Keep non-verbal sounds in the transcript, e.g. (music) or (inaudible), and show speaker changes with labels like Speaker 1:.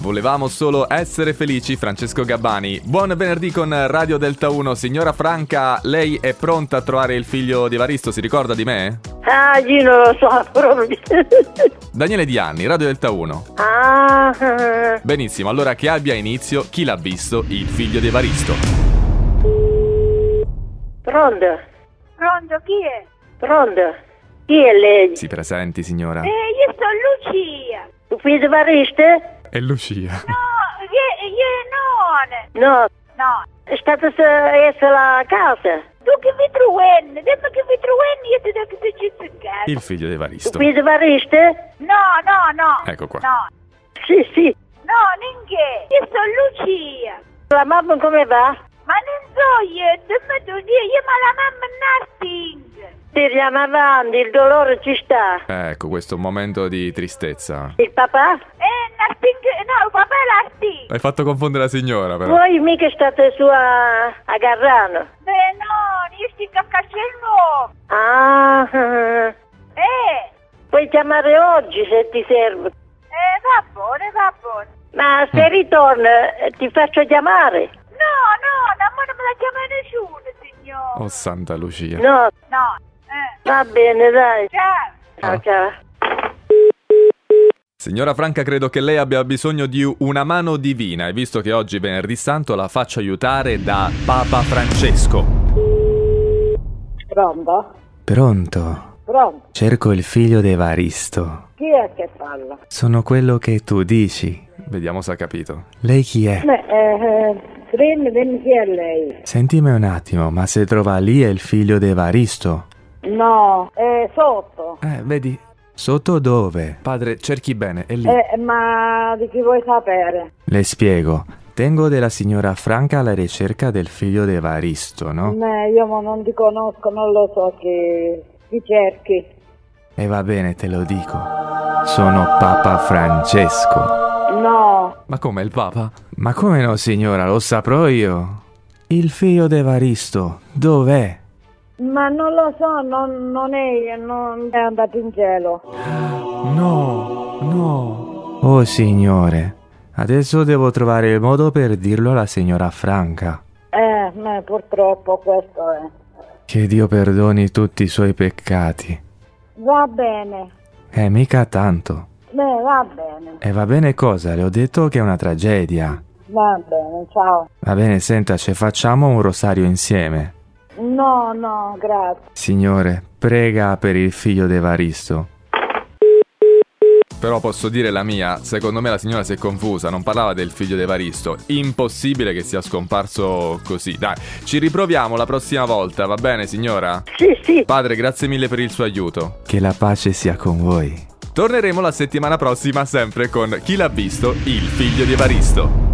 Speaker 1: Volevamo solo essere felici, Francesco Gabbani. Buon venerdì con Radio Delta 1. Signora Franca, lei è pronta a trovare il figlio di Evaristo? Si ricorda di me?
Speaker 2: Ah, Gino, lo so (laughs) proprio.
Speaker 1: Daniele Dianni, Radio Delta 1.
Speaker 2: ah,
Speaker 1: Benissimo, allora che abbia inizio chi l'ha visto, il figlio di Evaristo.
Speaker 2: pronto,
Speaker 3: Pronto, chi è?
Speaker 2: pronto. Chi è lei?
Speaker 1: Si presenti, signora.
Speaker 3: Eh, io sono Lucia.
Speaker 2: Tu figlio variste?
Speaker 1: È Lucia.
Speaker 3: No, io, io non.
Speaker 2: No,
Speaker 3: No.
Speaker 2: è stata eh, essere a casa.
Speaker 3: Tu che mi truenni, dimmi che mi truenni, io ti do che ti ci zingari.
Speaker 1: Il figlio di
Speaker 2: Tu
Speaker 1: Evaristo.
Speaker 2: figlio variste?
Speaker 3: No, no, no.
Speaker 1: Ecco qua.
Speaker 3: No,
Speaker 2: Sì, sì.
Speaker 3: no, ninché. Io sono Lucia.
Speaker 2: La mamma come va?
Speaker 3: Ma non so io, dimmi tu, io, io ma la mamma nothing.
Speaker 2: Tiriamo avanti, il dolore ci sta.
Speaker 1: Ecco, questo è un momento di tristezza.
Speaker 2: Il papà?
Speaker 3: Eh, nothing, no, papà nothing.
Speaker 1: Hai fatto confondere la signora, però.
Speaker 2: Voi mica state su a, a Garrano.
Speaker 3: Eh, no, io sto a Castelnuovo.
Speaker 2: Ah, ah, ah.
Speaker 3: Eh,
Speaker 2: puoi chiamare oggi se ti serve.
Speaker 3: eh, va buone, va buone.
Speaker 2: Ma se ritorna eh, ti faccio chiamare.
Speaker 3: No, no, no, ma non me la chiama nessuno, signore.
Speaker 1: Oh, santa Lucia.
Speaker 2: No,
Speaker 3: No, eh,
Speaker 2: va bene, dai.
Speaker 3: ciao.
Speaker 2: Ciao, ciao.
Speaker 1: Signora Franca, credo che lei abbia bisogno di una mano divina e visto che oggi è venerdì santo la faccio aiutare da Papa Francesco.
Speaker 4: Pronto?
Speaker 5: Pronto?
Speaker 4: Pronto?
Speaker 5: Cerco il figlio di Evaristo.
Speaker 4: Chi è che parla?
Speaker 5: Sono quello che tu dici.
Speaker 1: Vediamo se ha capito.
Speaker 5: Lei chi è?
Speaker 4: Beh, eh, eh, dimmi, dimmi chi è lei.
Speaker 5: Sentimi un attimo, ma se trova lì è il figlio di Evaristo.
Speaker 4: No, è sotto.
Speaker 1: Eh, vedi,
Speaker 5: Sotto dove?
Speaker 1: padre, cerchi bene, è lì.
Speaker 4: Eh, ma di chi vuoi sapere?
Speaker 5: Le spiego. Tengo della signora Franca alla ricerca del figlio di Evaristo, no?
Speaker 4: Eh, io mo non ti conosco, non lo so chi, chi cerchi.
Speaker 5: E va bene, te lo dico. Sono Papa Francesco.
Speaker 4: No,
Speaker 1: Ma com'è il Papa?
Speaker 5: Ma come no, signora? Lo saprò io. Il figlio di Evaristo, dov'è?
Speaker 4: ma non lo so, non, non è, non è andato in cielo.
Speaker 5: No, no. Oh signore, adesso devo trovare il modo per dirlo alla signora Franca.
Speaker 4: Eh, ma purtroppo questo è.
Speaker 5: Che Dio perdoni tutti i suoi peccati.
Speaker 4: Va bene,
Speaker 5: Eh, mica tanto.
Speaker 4: beh, va bene,
Speaker 5: E va bene cosa? Le ho detto che è una tragedia.
Speaker 4: va bene, ciao.
Speaker 5: Va bene, senta, ci facciamo un rosario insieme.
Speaker 4: No, no, grazie.
Speaker 5: Signore, prega per il figlio d'Evaristo.
Speaker 1: Però posso dire la mia, secondo me la signora si è confusa, non parlava del figlio di Evaristo. Impossibile che sia scomparso così. Dai, ci riproviamo la prossima volta, va bene signora?
Speaker 2: Sì, sì.
Speaker 1: Padre, grazie mille per il suo aiuto.
Speaker 5: Che la pace sia con voi.
Speaker 1: Torneremo la settimana prossima sempre con Chi l'ha visto? Il figlio di Evaristo.